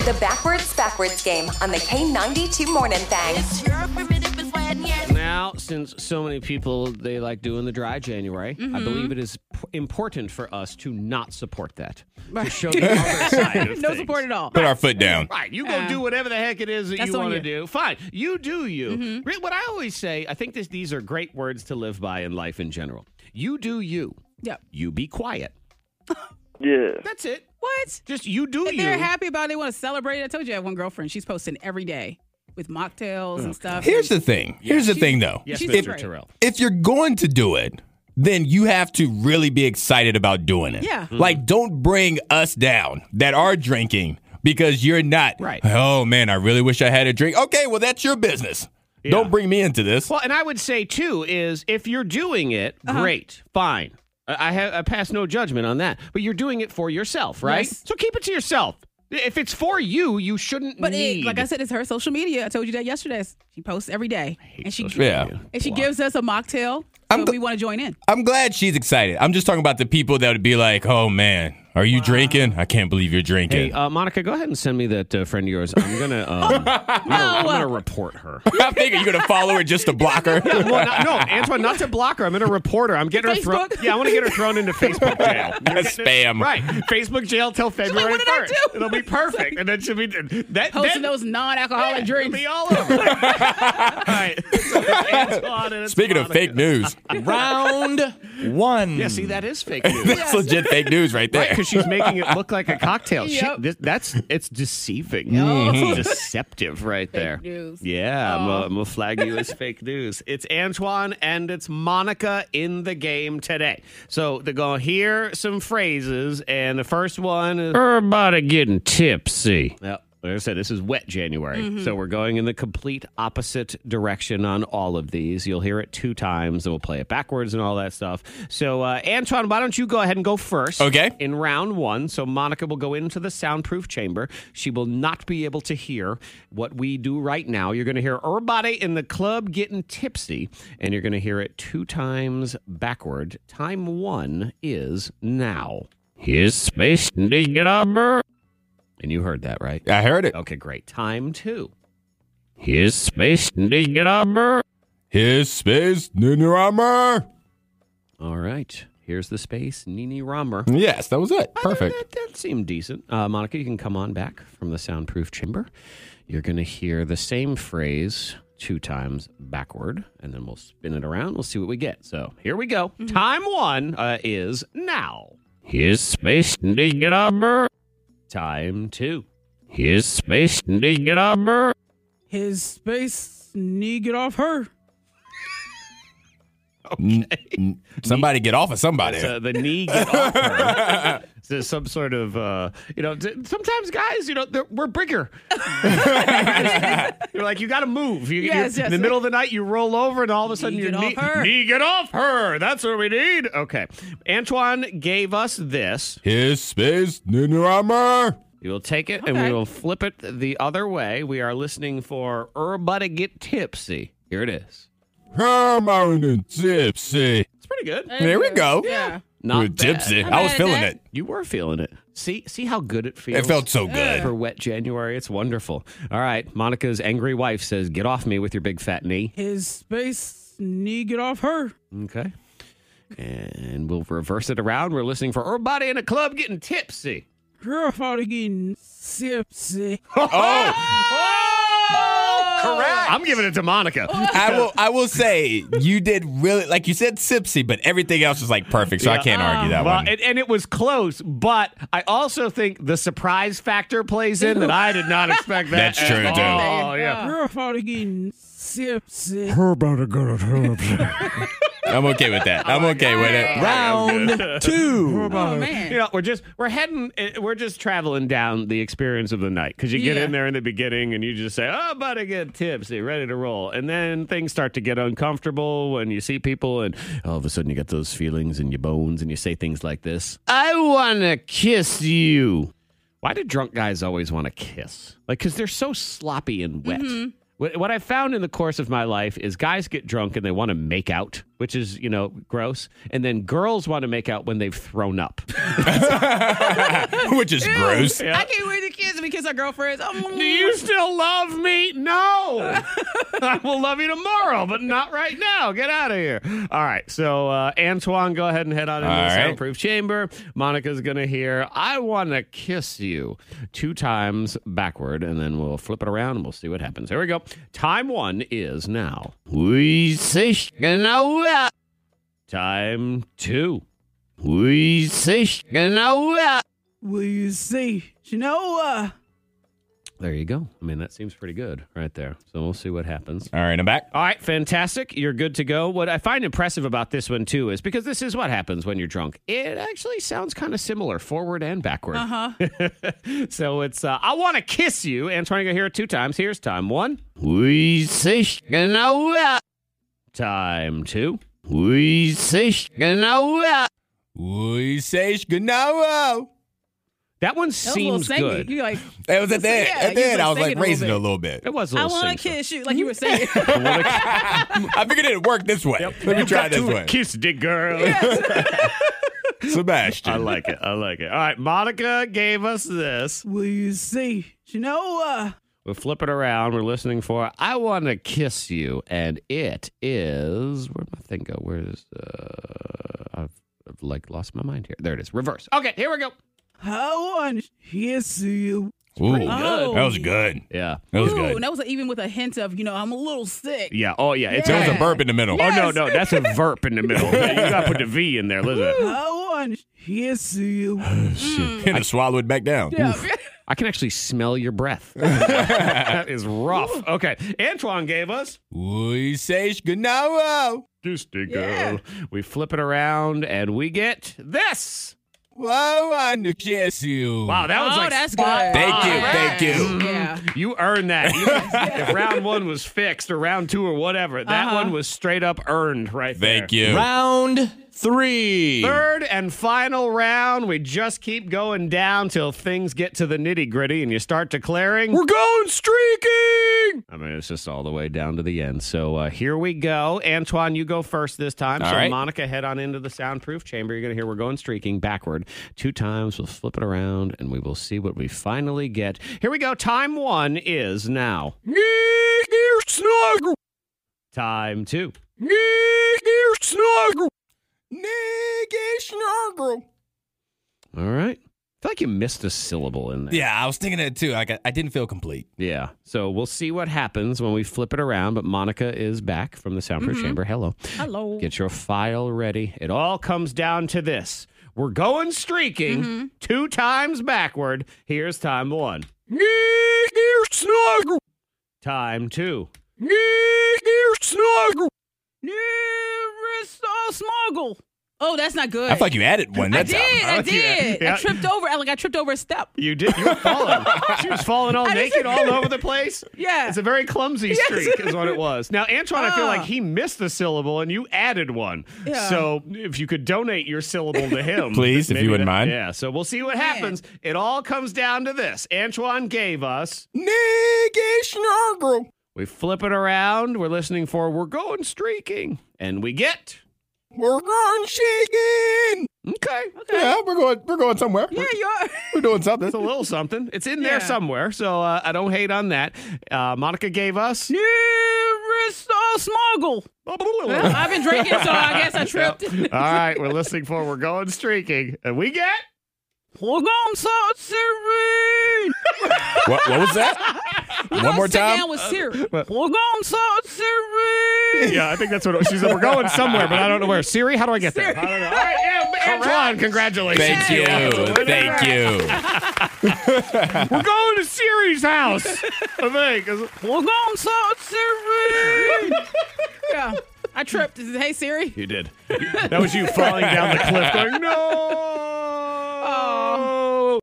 The Backwards Backwards Game on the K92 Morning Thing. Now, since so many people they like doing the dry January, Mm-hmm. I believe it is p- important for us to not support that. To show the other side of no things. support at all. Put our foot down. Right, you go do whatever the heck it is that that's you on want to you. Mm-hmm. do. Fine, you do you. Re- What I always say, I think this, these are great words to live by in life in general. You do you. Yep. You be quiet. Yeah. That's it. What? Just you do And you. they're happy about it. They want to celebrate. it. I told you I have one girlfriend. She's posting every day with mocktails and stuff. Here's the And thing. Here's the She's- thing, though. yes, She's Mr. straight. Terrell. if you're going to do it, then you have to really be excited about doing it. Yeah. Mm-hmm. Mhm. Like, don't bring us down that are drinking because you're not. Right. Oh, man, I really wish I had a drink. Okay, well, that's your business. Don't bring me into this. Well, and I would say too is if you're doing it, Uh-huh. great, fine. I, I have I pass no judgment on that, but you're doing it for yourself, right? Yes. So keep it to yourself. If it's for you, you shouldn't But need. it, like I said, it's her social media. I told you that yesterday. She posts every day, and she yeah. and she gives us a mocktail. I'm So gl- we want to join in. I'm glad she's excited. I'm just talking about the people that would be like, oh, man, are you drinking? I can't believe you're Hey, drinking. uh, Monica, go ahead and send me that uh, friend of yours. I'm gonna, Oh, um, I'm, gonna I'm gonna report her. I'm thinking you're going to follow her just to block her. Well, not, no, Antoine, not to block her. I'm gonna report her. I'm getting her thrown. Facebook? Yeah, I want to get her thrown into Facebook jail. You're That's getting it- spam. right? Facebook jail till February "What did I first. do?" It'll be perfect, and then she'll be that. Posting then- those non-alcoholic Yeah, drinks. it'll be all over. all right. Antoine and Speaking of Monica. fake news, Round one. Yeah, see, that is fake news. that's legit fake news right there. Because she's making it look like a cocktail. She- Yep. Oh. this- that's it's deceiving. It's deceptive right there. news. Oh. Yeah, I'm gonna flag you as fake news. It's Antoine and it's Monica in the game today. So they're gonna hear some phrases, and the first one is everybody getting tipsy. Yep. Like I said, this is wet January. Mm-hmm. So we're going in the complete opposite direction on all of these. You'll hear it two times and we'll play it backwards and all that stuff. So, uh, Antoine, why don't you go ahead and go first? Okay. in round one. So Monica will go into the soundproof chamber. She will not be able to hear what we do right now. You're going to hear everybody in the club getting tipsy, and you're going to hear it two times backward. Time one is now. Here's space number. And you heard that, right? I heard it. Okay, great. Time two. Here's space number. His space, Ninja Armor. All right. Here's the space, Nini Romer. Yes, that was it. I thought Perfect. That, that seemed decent. Uh, Monica, you can come on back from the soundproof chamber. You're going to hear the same phrase two times backward, and then we'll spin it around. We'll see what we get. So here we go. Mm-hmm. Time one uh, is now. Here's space number. Time two. Here's space number. His space need get off her. N- Somebody get off of somebody. Uh, the knee get off her. So some sort of, uh, you know, t- sometimes guys, you know, they're- we're bigger. you're like, you got to move. You, Yes, you- In yes. the middle of the night, you roll over, and all of a sudden, Knee your get knee, off her. knee get off her. That's what we need. Okay. Antoine gave us this. His space, Ninja Armor. We will take it and we Okay. will flip it the other way. We are listening for Everybody Get Tipsy. Here it is. Hermione and Gypsy. It's pretty good. There we go. Yeah. Not With bad. Gypsy. I bad was at feeling that. it. You were feeling it. See, see how good it feels. It felt so good. for wet January. It's wonderful. All right. Monica's angry wife says, Get off me with your big fat knee. His space need get off her. Okay. And we'll reverse it around. We're listening for everybody in a club getting tipsy. Her father getting sipsy. Oh, Oh. Correct. I'm giving it to Monica. I will I will say you did really like you said sipsy, but everything else was like perfect, so I can't argue that Well, one. and, and it was close, but I also think the surprise factor plays in that I did not expect that. That's at true, too. all. yeah. Her father getting sipsy. I'm okay with that. I'm okay with it. Round two. Oh man. You know, we're just we're heading eh, we're just traveling down the experience of the night because you get Yeah. in there in the beginning and you just say, "Oh, about to get tipsy, ready to roll," and then things start to get uncomfortable when you see people, and all of a sudden you get those feelings in your bones, and you say things like this: "I want to kiss you." Why do drunk guys always want to kiss? Like, because they're so sloppy and wet. What, what I've found in the course of my life is guys get drunk and they want to make out, which is, you know, gross. And then girls want to make out when they've thrown up. Which is gross. I can't wait to kiss we kiss our girlfriends. Oh, Do you still love me? No. I will love you tomorrow, but not right now. Get out of here. All right. So, uh, Antoine, go ahead and head on into All the right. soundproof chamber. Monica's going to hear, I want to kiss you two times backward, and then we'll flip it around and we'll see what happens. Here we go. Time one is now. We say, sh- gonna wa- Time two. We say, sh- gonna wa- Will you see? You know, uh, There you go. I mean, that seems pretty good right there. So, we'll see what happens. All right, I'm back. All right, fantastic. You're good to go. What I find impressive about this one, too, is because this is what happens when you're drunk. It actually sounds kind of similar, forward and backward. Uh Uh-huh. huh. so it's, uh, I want to kiss you. Antoine, you're going to hear it two times. Here's time one. We say sh- gonna wa- Time two. We say sh- gonna wa- We say Shganawa. That one that was a little seems singy. good. You like, That was at the end. Yeah, at the you end, I were was like singing a raising it a little little bit. It was a I little want to sing-song. kiss you, like you were saying. I wanna kiss. I figured it'd work this way. Let me try this way. Kiss the girl. Sebastian. I like it. I like it. All right, Monica gave us this. Will you see? You know, uh, We're flipping around. We're listening for "I Want to Kiss You," and it is where'd my thing go? Where is uh, I've, I've like lost my mind here. There it is. Reverse. Okay, here we go. how on yes you? Ooh, good. That was good. Yeah. That was Oh. Ooh, good. and that was even with a hint of, you know, I'm a little sick. Yeah. Oh yeah. It's There was a Yeah. burp in the middle. Oh no no, that's a verp in the middle. you gotta put the V in there. Listen, How on yes you? and swallow it back down. I can actually smell your breath. that is rough. Okay, Antoine gave us. We say Shganawa. Disney girl. Yeah. We flip it around and we get this. I want to kiss you. Wow, that was oh, like that's good. spot Thank on. Mm-hmm. you. Thank you. Yeah. You earned that. You- if round one was fixed or round two or whatever, that Uh-huh. one was straight up earned right there. Thank you. Round three. Third and final round. We just keep going down till things get to the nitty gritty and you start declaring. We're going streaking. I mean, it's just all the way down to the end. So uh, here we go. Antoine, you go first this time. All so right. Monica, head on into the soundproof chamber. You're going to hear we're going streaking backward two times. We'll flip it around and we will see what we finally get. Here we go. Time one is now. Gear snuggle. Time two. Gear snuggle. Nigga snuggle. All right. I feel like you missed a syllable in there. Yeah, I was thinking that too. Like I, I didn't feel complete. Yeah. So we'll see what happens when we flip it around. But Monica is back from the soundproof Mm-hmm. chamber. Hello. Hello. Get your file ready. It all comes down to this. We're going streaking Mm-hmm. two times backward. Here's time one. Gear snuggle. Time two. Gear snuggle. Nearest uh, smuggle. Oh, that's not good. I thought you added one. I That's did. I okay. did. Yeah. I tripped over. Like I tripped over a step. You did. You were falling. she was falling all I just- naked all over the place. Yeah. Ah. It's a very clumsy streak, is what it was. Now, Antoine, I feel like he missed a syllable and you added one. Yeah. So if you could donate your syllable to him, Please, if maybe you wouldn't that- mind. Yeah. So we'll see what happens. It all comes down to this. Antoine gave us. Nigga snuggle. We flip it around. We're listening for We're Going Streaking. And we get. We're going shaking. Okay. Yeah, we're going. We're going somewhere. Yeah, We're, you are. we're doing something. It's a little something. It's in there Yeah. somewhere. So uh, I don't hate on that. Uh, Monica gave us. Nearest uh, smuggle. Well, I've been drinking, so I guess I tripped. All right, we're listening for We're Going Streaking. And we get. We're going so serene. What, what was that? One more sit time. Uh, down with Siri. We're going so serene. Yeah, I think that's what it was. She said, We're going somewhere, but I don't know where. Siri, how do I get there? I don't know. All right, yeah, Antoine, congratulations. Thank you. Thank you. We're going to Siri's house, I think. We're going so serene. yeah, I tripped. Hey Siri. You did. That was you falling down the cliff going, No.